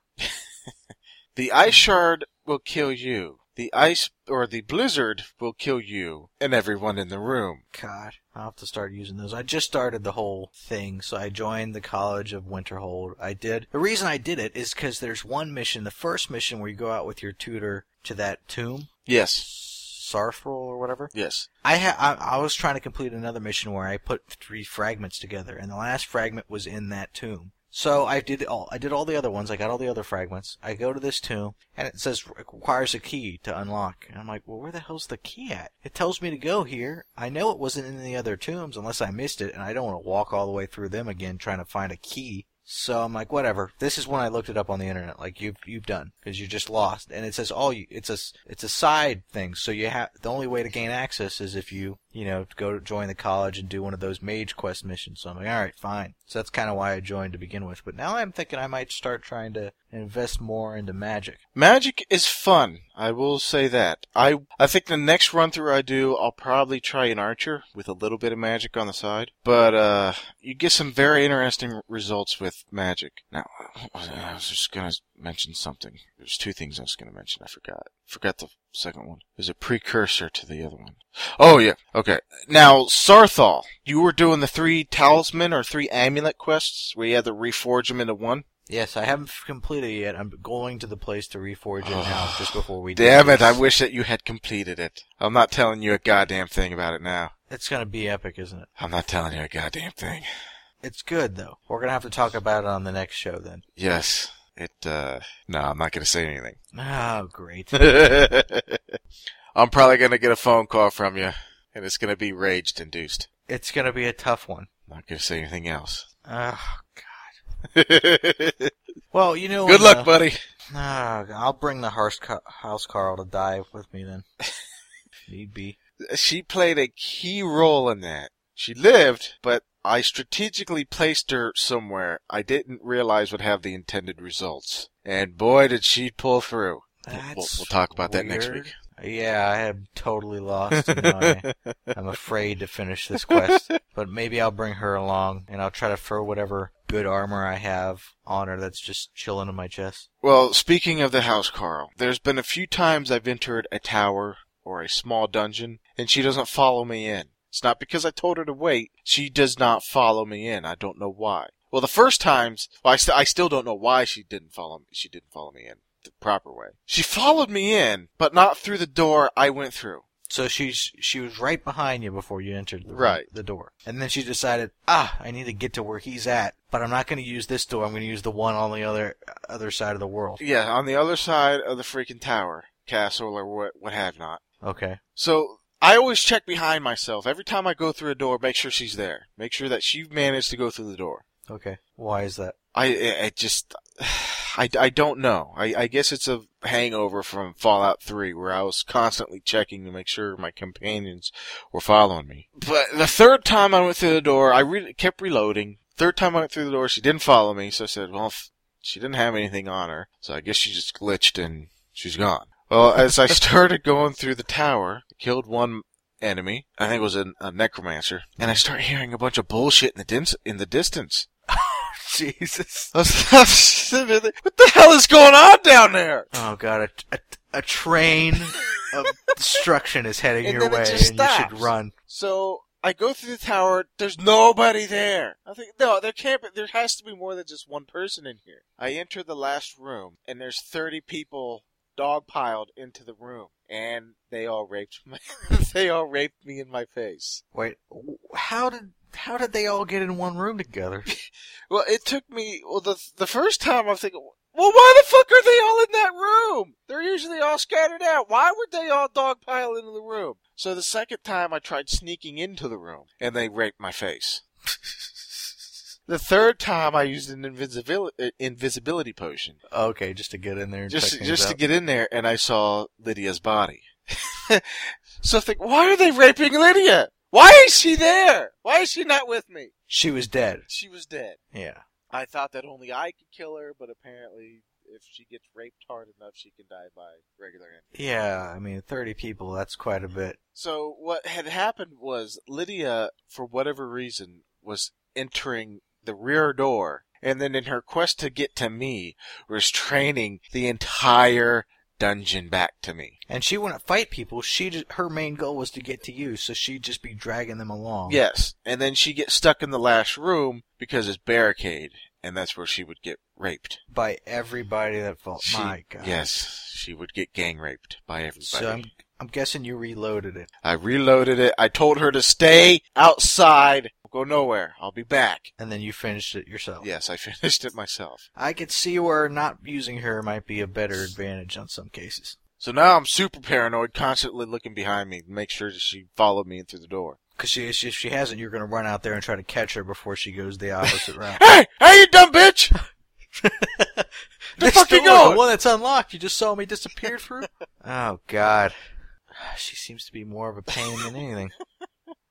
A: The ice shard will kill you. The ice or the blizzard will kill you and everyone in the room.
B: God, I'll have to start using those. I just started the whole thing, so I joined the College of Winterhold. I did. The reason I did it is because there's one mission, the first mission where you go out with your tutor to that tomb,
A: Yes,
B: Sarfrol or whatever.
A: yes.
B: I, ha- I I was trying to complete another mission where I put three fragments together, and the last fragment was in that tomb. So I did all I did all the other ones. I got all the other fragments. I go to this tomb, and it says it requires a key to unlock. And I'm like, well, where the hell's the key at? It tells me to go here. I know it wasn't in the other tombs unless I missed it, and I don't want to walk all the way through them again trying to find a key. So I'm like, whatever. This is when I looked it up on the internet. Like you've you've done because you're just lost, and it says all you. It's a s- it's a side thing. So you have the only way to gain access is if you you know go to join the college and do one of those mage quest missions. So I'm like, all right, fine. So that's kind of why I joined to begin with. But now I'm thinking I might start trying to invest more into magic.
A: Magic is fun. I will say that. I I think the next run through I do, I'll probably try an archer with a little bit of magic on the side. But uh, you get some very interesting results with magic. Now, what was I I was just gonna mention something. There's two things I was gonna mention. I forgot. Forgot the second one. There's a precursor to the other one. Oh yeah. Okay. Now, Sarthal, you were doing the three talisman or three amulet quests where you had to reforge them into one.
B: Yes, I haven't f- completed it yet. I'm going to the place to reforge it now, just before we. do
A: Damn it, I
B: this.
A: wish that you had completed it. I'm not telling you a goddamn thing about it now.
B: It's gonna be epic, isn't it?
A: I'm not telling you a goddamn thing.
B: It's good though. We're gonna have to talk about it on the next show then.
A: Yes. It, uh, no, I'm not gonna say anything. [LAUGHS]
B: Oh, great.
A: I'm probably gonna get a phone call from you, and it's gonna be rage induced.
B: It's going to be a tough one.
A: I'm not gonna say anything else. [LAUGHS]
B: Oh, God.
A: Good
B: Well, you know. when
A: luck,
B: the-
A: buddy.
B: Ah, I'll bring the house, ca- house Carl to die with me [LAUGHS] then. Need be.
A: She played a key role in that. She lived, but I strategically placed her somewhere I didn't realize would have the intended results. And boy, did she pull through. We'll- we'll-
B: That's
A: we'll talk about that next
B: weird.
A: week.
B: Yeah, I am totally lost. And [LAUGHS] I, I'm afraid to finish this quest, but maybe I'll bring her along and I'll try to throw whatever good armor I have on her that's just chilling in my chest.
A: [LAUGHS] Well, speaking of the house, Carl, there's been a few times I've entered a tower or a small dungeon, and she doesn't follow me in. It's not because I told her to wait. She does not follow me in. I don't know why. Well, the first times, well, I, st- I still don't know why she didn't follow. Me. She didn't follow me in the proper way. She followed me in, but not through the door I went through.
B: So she's she was right behind you before you entered the,
A: Right.
B: the door. And then she decided, ah, I need to get to where he's at, but I'm not going to use this door. I'm going to use the one on the other other side of the world.
A: Yeah, on the other side of the freaking tower, castle, or what, what have not.
B: Okay.
A: So I always check behind myself every time I go through a door. Make sure she's there. Make sure that she managed to go through the door.
B: Okay. Why is
A: [LAUGHS]
B: that?
A: I I- I just [SIGHS] I, I don't know. I, I guess it's a hangover from Fallout 3 where I was constantly checking to make sure my companions were following me. But the third time I went through the door, I re- kept reloading. Third time I went through the door, she didn't follow me, so I said, "Well, f- she didn't have anything on her, so I guess she just glitched and she's gone." Well, as I [LAUGHS] started going through the tower, I killed one enemy. I think it was a, a necromancer, and I start hearing a bunch of bullshit in the dim- in the distance.
B: Jesus.
A: [LAUGHS] I was- I was sitting there like, what the hell is going on down there?
B: Oh god, a, a, a train
A: [LAUGHS]
B: of destruction is heading
A: And
B: your
A: then it
B: way
A: just
B: and you
A: stops.
B: should run.
A: So I go through the tower. There's nobody there. I think no, there can't. Be, there has to be more than just one person in here. I enter the last room, and there's 30 people dogpiled into the room, and they all raped [LAUGHS] my. they all raped me in my face.
B: Wait, w- how did how did they all get in one
A: [LAUGHS]
B: room together?
A: Well, it took me. Well, the the first time I'm thinking. Well, why the fuck are they all in that room? They're usually all scattered out. Why would they all dogpile into the room? So the second time I tried sneaking into the room, and they raped my face. The third time I used an invisibility invisibility potion
B: okay, just to get in there and check
A: just
B: things
A: just to
B: out.
A: get in there, and I saw Lydia's body. [LAUGHS] so I think, why are they raping Lydia? Why is she there? Why is she not with me?
B: She was dead.
A: She was dead.
B: Yeah.
A: I thought that only I could kill her, but apparently, if she gets raped hard enough, she can die by regular end.
B: Yeah, I mean, 30 people, that's quite a bit.
A: So what had happened was Lydia, for whatever reason, was entering the rear door, and then in her quest to get to me, was training the entire dungeon back to me.
B: And she wouldn't fight people. She just, her main goal was to get to you, so she'd just be dragging them along.
A: Yes, and then she gets stuck in the last room because it's barricade, and that's where she would get raped.
B: By everybody that fought.
A: She-
B: Oh My God.
A: Yes, she would get gang raped by everybody.
B: So I'm, I'm guessing you reloaded it.
A: I reloaded it. I told her to stay outside. Go nowhere. I'll be back.
B: And then you finished it yourself.
A: Yes, I [LAUGHS] finished it myself.
B: I could see where not using her might be a better advantage on some cases.
A: So now I'm super paranoid, constantly looking behind me to make sure that she followed me in through the door.
B: Because she, if she hasn't, you're going to run out there and try to catch her before she goes the
A: [LAUGHS]
B: opposite route.
A: Hey! Hey, you dumb bitch! [LAUGHS] They're
B: This
A: fucking
B: door,
A: going!
B: The one that's unlocked. You just saw me disappear through. oh God, [SIGHS] she seems to be more of a pain than anything.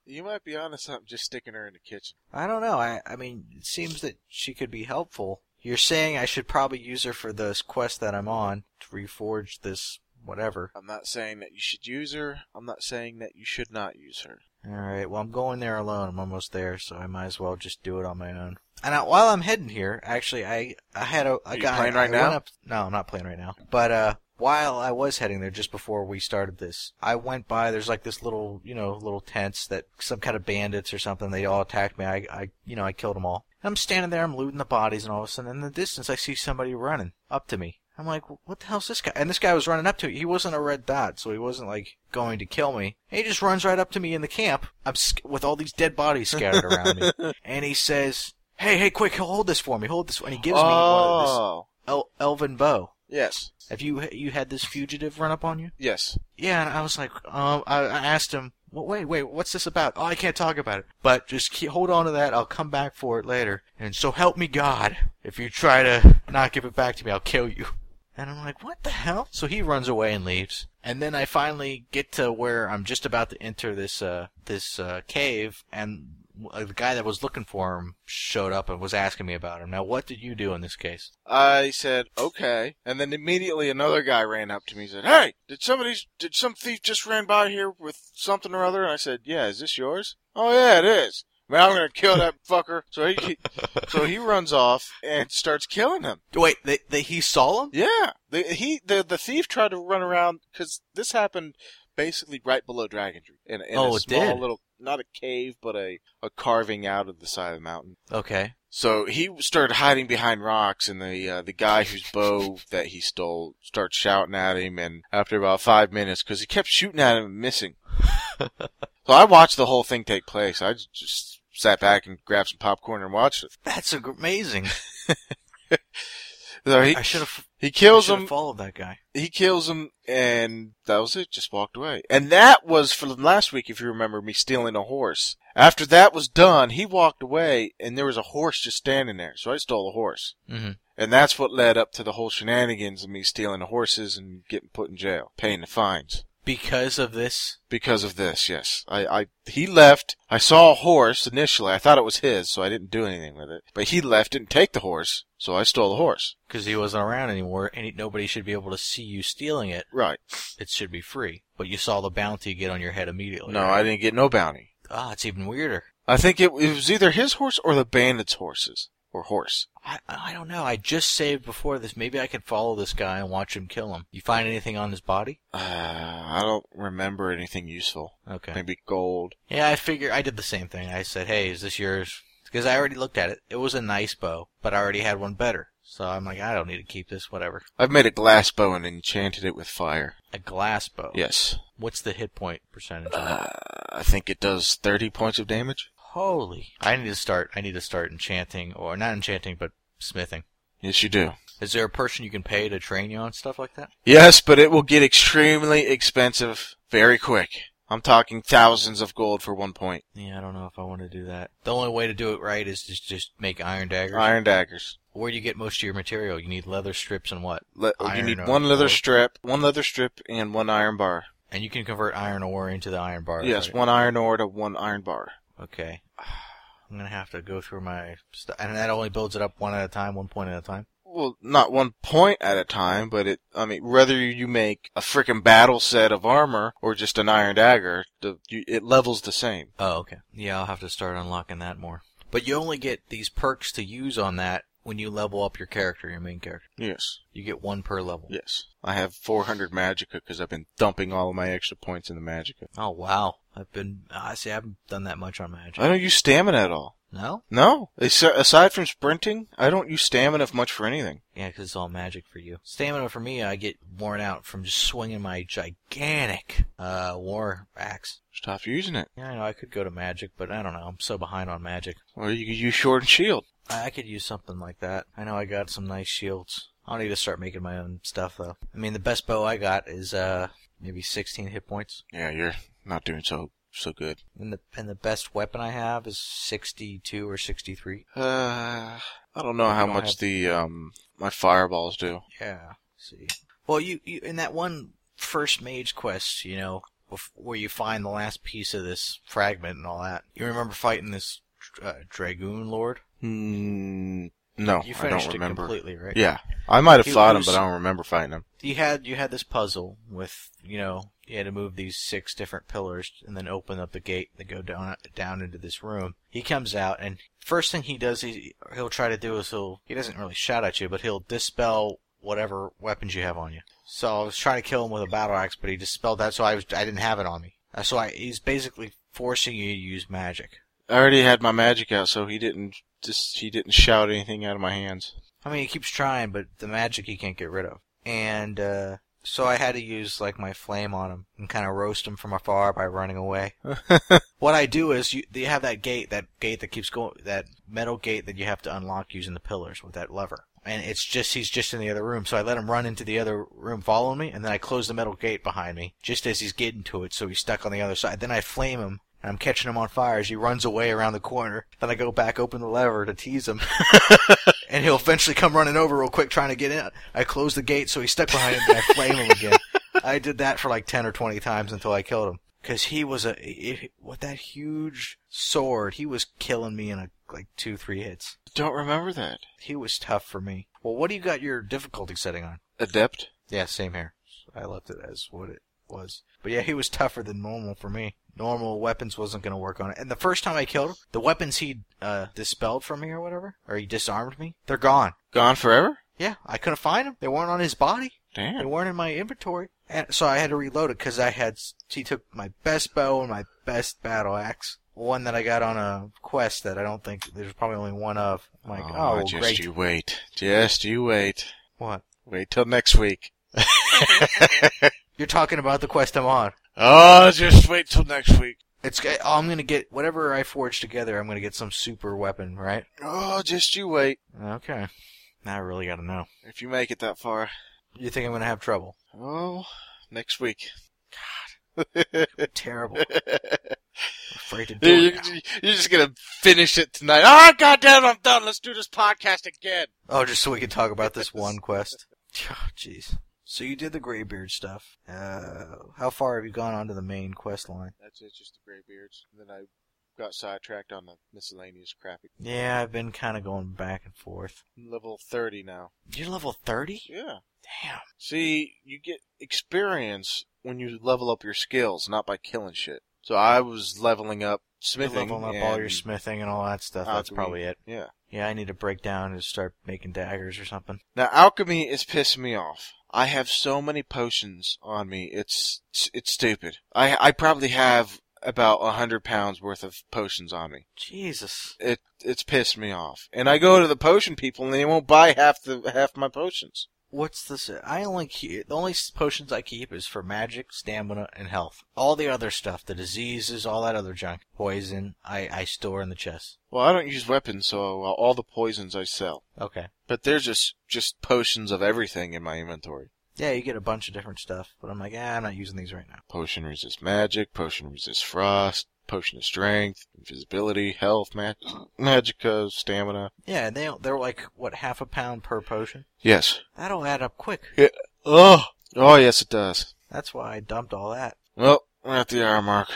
A: You might be onto something just sticking her in the kitchen.
B: I don't know. I I mean, it seems that she could be helpful. You're saying I should probably use her for this quest that I'm on to reforge this whatever.
A: I'm not saying that you should use her. I'm not saying that you should not use her.
B: All right. Well, I'm going there alone. I'm almost there, so I might as well just do it on my own. And I, while I'm heading here, actually, I I had a, a
A: you
B: guy.
A: playing
B: I
A: right
B: went
A: now?
B: up- no, I'm not playing right now. But uh, while I was heading there, just before we started this, I went by. There's like this little, you know, little tents that some kind of bandits or something. They all attacked me. I, I you know, I killed them all. And I'm standing there. I'm looting the bodies, and all of a sudden, in the distance, I see somebody running up to me. I'm like, what the hell's this guy? And this guy was running up to me. He wasn't a red dot, so he wasn't like going to kill me. He just runs right up to me in the camp. I'm sc- with all these dead bodies scattered around me, and he says, "Hey, hey, quick! Hold this for me. Hold this." And he gives me one of this
A: oh,
B: El- Elvin Bow.
A: yes,
B: Have you you had this fugitive run up on you?
A: yes.
B: Yeah, and I was like, um, I, I asked him, well, wait, wait, what's this about? Oh, I can't talk about it. But just keep, hold on to that. I'll come back for it later. And so help me God, if you try to not give it back to me, I'll kill you. And I'm like, what the hell? So he runs away and leaves. And then I finally get to where I'm just about to enter this uh this uh cave, and uh, the guy that was looking for him showed up and was asking me about him. Now, what did you do in this case?
A: I said okay, and then immediately another guy ran up to me and said, "Hey, did somebody, did some thief just ran by here with something or other?" And I said, "Yeah, is this yours?" "Oh yeah, it is." Man, I'm gonna kill that [LAUGHS] fucker. So he, so he runs off and starts killing him.
B: Wait, they, they, he saw him?
A: Yeah, the, he the the thief tried to run around because this happened basically right below Dragon Tree in, in
B: Oh,
A: a
B: it
A: small
B: did.
A: little not a cave but a a carving out of the side of the mountain.
B: Okay.
A: So he started hiding behind rocks, and the uh, the guy whose bow that he stole starts shouting at him. And after about five minutes, because he kept shooting at him and missing, so I watched the whole thing take place. I j- just sat back and grabbed some popcorn and watched it.
B: That's ag- [LAUGHS] amazing.
A: So he
B: I should have
A: he kills him.
B: followed that guy.
A: He kills him, and that was it. Just walked away. And that was from last week, if you remember me stealing a horse. After that was done, he walked away, and there was a horse just standing there. So I stole the horse.
B: Mm-hmm.
A: And that's what led up to the whole shenanigans of me stealing the horses and getting put in jail, paying the fines.
B: Because of this.
A: Because of this, yes. I, I he left. I saw a horse initially. I thought it was his, so I didn't do anything with it. But he left, didn't take the horse, so I stole the horse.
B: Because he wasn't around anymore, and he- nobody should be able to see you stealing it.
A: Right.
B: It should be free. But you saw the bounty get on your head immediately.
A: No,
B: right?
A: I didn't get no bounty.
B: Ah, it's even weirder.
A: I think it, it was either his horse or the bandit's horses. Or horse.
B: I, I don't know. I just saved before this. Maybe I could follow this guy and watch him kill him. You find anything on his body?
A: Uh, I don't remember anything useful.
B: Okay.
A: Maybe gold.
B: Yeah, I figure I did the same thing. I said, "Hey, is this yours?" Because I already looked at it. It was a nice bow, but I already had one better. So I'm like, I don't need to keep this. Whatever.
A: I've made a glass bow and enchanted it with fire.
B: A glass bow.
A: Yes.
B: What's the hit point percentage?
A: Uh, I think it does 30 points of damage.
B: Holy! I need to start. I need to start enchanting, or not enchanting, but smithing.
A: Yes, you do.
B: Is there a person you can pay to train you on stuff like that?
A: Yes, but it will get extremely expensive very quick. I'm talking thousands of gold for one point.
B: Yeah, I don't know if I want to do that. The only way to do it right is to just make iron daggers.
A: Iron daggers.
B: Where do you get most of your material? You need leather strips and what?
A: Le- oh, you
B: Iron
A: need
B: or
A: one leather
B: gold?
A: strip, one leather strip, and one iron bar.
B: And you can convert iron ore into the iron bar.
A: yes,
B: right?
A: one iron ore to one iron bar.
B: Okay. [SIGHS] I'm gonna have to go through my stuff, and that only builds it up one at a time, one point at a time.
A: Well, not one point at a time, but it. I mean, whether you make a frickin' battle set of armor or just an iron dagger, the, you, it levels the same.
B: Oh, okay. Yeah, I'll have to start unlocking that more. But you only get these perks to use on that when you level up your character, your main character.
A: Yes.
B: You get one per level.
A: Yes. I have 400 magica because I've been dumping all of my extra points in the magica.
B: Oh wow, I've been I see I haven't done that much on magic.
A: I don't use stamina at all.
B: no?
A: No. As- Aside from sprinting, I don't use stamina much for anything.
B: Yeah, 'cause it's all magic for you. Stamina for me, I get worn out from just swinging my gigantic uh war axe.
A: Stop using it.
B: Yeah, I know I could go to magic, but I don't know. I'm so behind on magic.
A: Or you could use sword and shield.
B: I I could use something like that. I know I got some nice shields. I'll need to start making my own stuff though. I mean, the best bow I got is uh maybe 16 hit points,
A: Yeah, you're not doing so so good.
B: and the and the best weapon I have is 62 or 63.
A: Uh, I don't know how
B: don't
A: much
B: have-
A: the um my fireballs do.
B: Yeah. See. Well, you, you in that one first mage quest, you know, bef- where you find the last piece of this fragment and all that. You remember fighting this uh, dragoon lord?
A: Hmm. No,
B: You
A: I
B: finished
A: don't
B: it
A: remember.
B: completely, right?
A: Yeah, I might have
B: He
A: fought him,
B: was-
A: but I don't remember fighting him.
B: you had you had this puzzle with you know you had to move these six different pillars and then open up the gate that go down down into this room. He comes out and first thing he does he he'll try to do is he'll he doesn't really shout at you but he'll dispel whatever weapons you have on you. So I was trying to kill him with a battle axe, but he dispelled that, so I was I didn't have it on me. Uh, So I, he's basically forcing you to use magic.
A: I already had my magic out, so he didn't just he didn't shout anything out of my hands.
B: I mean, he keeps trying, but the magic he can't get rid of. And uh, so I had to use like my flame on him and kind of roast him from afar by running away. what I do is you you have that gate, that gate that keeps going, that metal gate that you have to unlock using the pillars with that lever. And it's just he's just in the other room, so I let him run into the other room following me, and then I close the metal gate behind me just as he's getting to it, so he's stuck on the other side. Then I flame him. And I'm catching him on fire as he runs away around the corner. Then I go back, open the lever to tease him and he'll eventually come running over real quick trying to get in. I close the gate so he's stuck behind it, and I flame him again. I did that for like ten or twenty times until I killed him. Cause he was a it, with that huge sword, he was killing me in a, like two three hits.
A: Don't remember that
B: He was tough for me. Well, what do you got your difficulty setting on?
A: adept.
B: Yeah, same here. I left it as what it was. But yeah, he was tougher than normal for me. Normal weapons wasn't going to work on it. And the first time I killed him, the weapons he uh, dispelled from me or whatever, or he disarmed me, they're gone.
A: Gone forever?
B: Yeah, I couldn't find them. They weren't on his body. They
A: Damn.
B: weren't in my inventory, and so I had to reload it because I had he took my best bow and my best battle axe, one that I got on a quest that I don't think there's probably only one of. I'm like, oh, well,
A: just
B: great.
A: you wait. Just you wait.
B: What?
A: Wait till next week.
B: You're talking about the quest I'm on.
A: oh, just wait till next week.
B: It's g- oh, I'm gonna get whatever I forge together. I'm gonna get some super weapon, right?
A: Oh, just you wait.
B: Okay. Now I really gotta know.
A: If you make it that far.
B: You think I'm gonna
A: [LAUGHS]
B: have trouble?
A: Oh, next week. [LAUGHS]
B: Terrible. Afraid to do
A: You're
B: it. now.
A: just gonna finish it tonight. Oh, goddamn, I'm done. Let's do this podcast again.
B: Oh, just so we can talk about this one quest. Oh, jeez. So you did the Greybeard stuff. Uh, how far have you gone onto the main quest line?
A: That's it, just the graybeards. And then I got sidetracked on the miscellaneous crap.
B: Yeah, I've been kind of going back and forth.
A: Level 30 now.
B: You're level 30?
A: Yeah.
B: Damn.
A: See, you get experience when you level up your skills, not by killing shit. So I was leveling up
B: You're
A: smithing.
B: leveling up all your
A: and-
B: smithing and all that stuff. That's
A: Alchemy.
B: probably it.
A: Yeah.
B: Yeah, I need to break down and start making daggers or something.
A: Now alchemy is pissing me off. I have so many potions on me. It's it's, it's stupid. I I probably have about a hundred pounds worth of potions on me.
B: Jesus.
A: It it's pissed me off. And I go to the potion people and they won't buy half the half my potions.
B: What's this? I only keep, the only potions I keep is for magic, stamina, and health. All the other stuff, the diseases, all that other junk, poison, I, I store in the chest.
A: Well, I don't use weapons, so uh, all the poisons I sell.
B: Okay.
A: But they're just just potions of everything in my inventory.
B: Yeah, you get a bunch of different stuff, but I'm like, ah, I'm not using these right now.
A: Potion resist magic, potion resist frost, potion of strength, invisibility, health, mag- magicka, stamina.
B: Yeah, and they they're like what half a pound per potion.
A: Yes.
B: That'll add up quick.
A: Oh, oh yes, it does.
B: That's why I dumped all that.
A: Well, we're at the hour mark.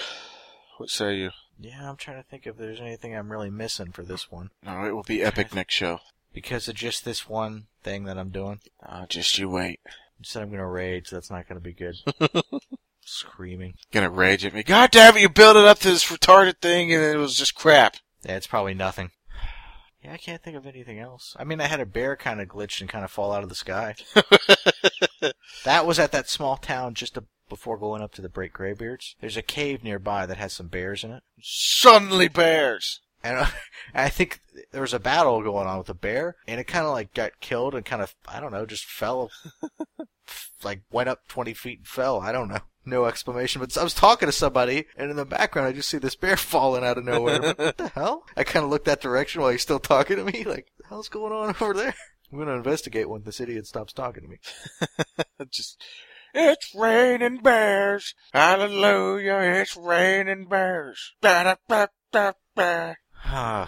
A: What say you?
B: Yeah, I'm trying to think if there's anything I'm really missing for this one
A: No, it will be epic next show.
B: because of just this one thing that I'm doing.
A: Uh, just you wait.
B: I said I'm gonna rage. That's not gonna be good. Screaming.
A: Gonna rage at me. God damn it! You built it up to this retarded thing, and it was just crap. [LAUGHS]
B: Yeah, it's probably nothing. Yeah, I can't think of anything else. I mean, I had a bear kind of glitch and kind of fall out of the sky. That was at that small town just a, before going up to the Great Graybeards. There's a cave nearby that has some bears in it.
A: Suddenly bears.
B: And [LAUGHS] uh, I think there was a battle going on with a bear, and it kind of like got killed and kind of, I don't know, just fell, [LAUGHS] like went up 20 feet and fell. I don't know. No explanation, but I was talking to somebody, and in the background, I just see this bear [LAUGHS] falling out of nowhere. I'm like, what the hell? I kind of looked that direction while he's still talking to me, like, the hell's going on over there? I'm going to investigate when this idiot stops talking to me. [SIGHS]
A: [LAUGHS] just. It's raining bears. Hallelujah! It's raining bears. Ba-da-ba-ba-ba.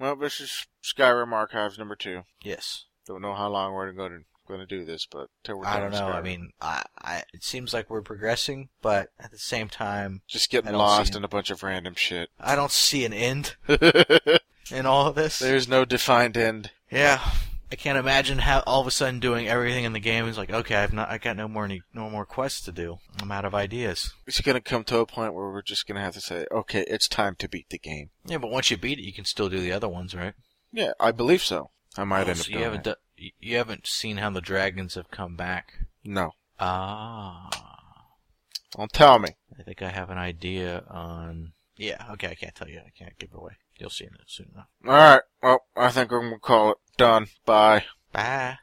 A: Well, this is Skyrim Archives number two.
B: yes.
A: Don't know how long we're going to going to do this, but till we're
B: I
A: done
B: don't
A: with
B: know. I
A: Skyrim.
B: mean, I, I, it seems like we're progressing, but at the same time,
A: just
B: I
A: getting
B: don't
A: lost
B: see-
A: in a bunch of random shit. [LAUGHS]
B: I don't see an end in all of this.
A: There's no defined end.
B: Yeah. I can't imagine how all of a sudden doing everything in the game is like, okay, I've not, I got no more any, no more quests to do. I'm out of ideas.
A: It's going to come to a point where we're just going to have to say, okay, it's time to beat the game.
B: Yeah, but once you beat it, you can still do the other ones, right?
A: Yeah, I believe so. I might end
B: Oh, So
A: up
B: you
A: doing
B: haven't
A: it.
B: do- you- you haven't seen how the dragons have come back.
A: No,
B: Ah,
A: don't tell me.
B: I think I have an idea on. Yeah, okay, I can't tell you. I can't give it away. You'll see it soon enough.
A: All right. Well, I think I'm going to call it done. Bye.
B: Bye.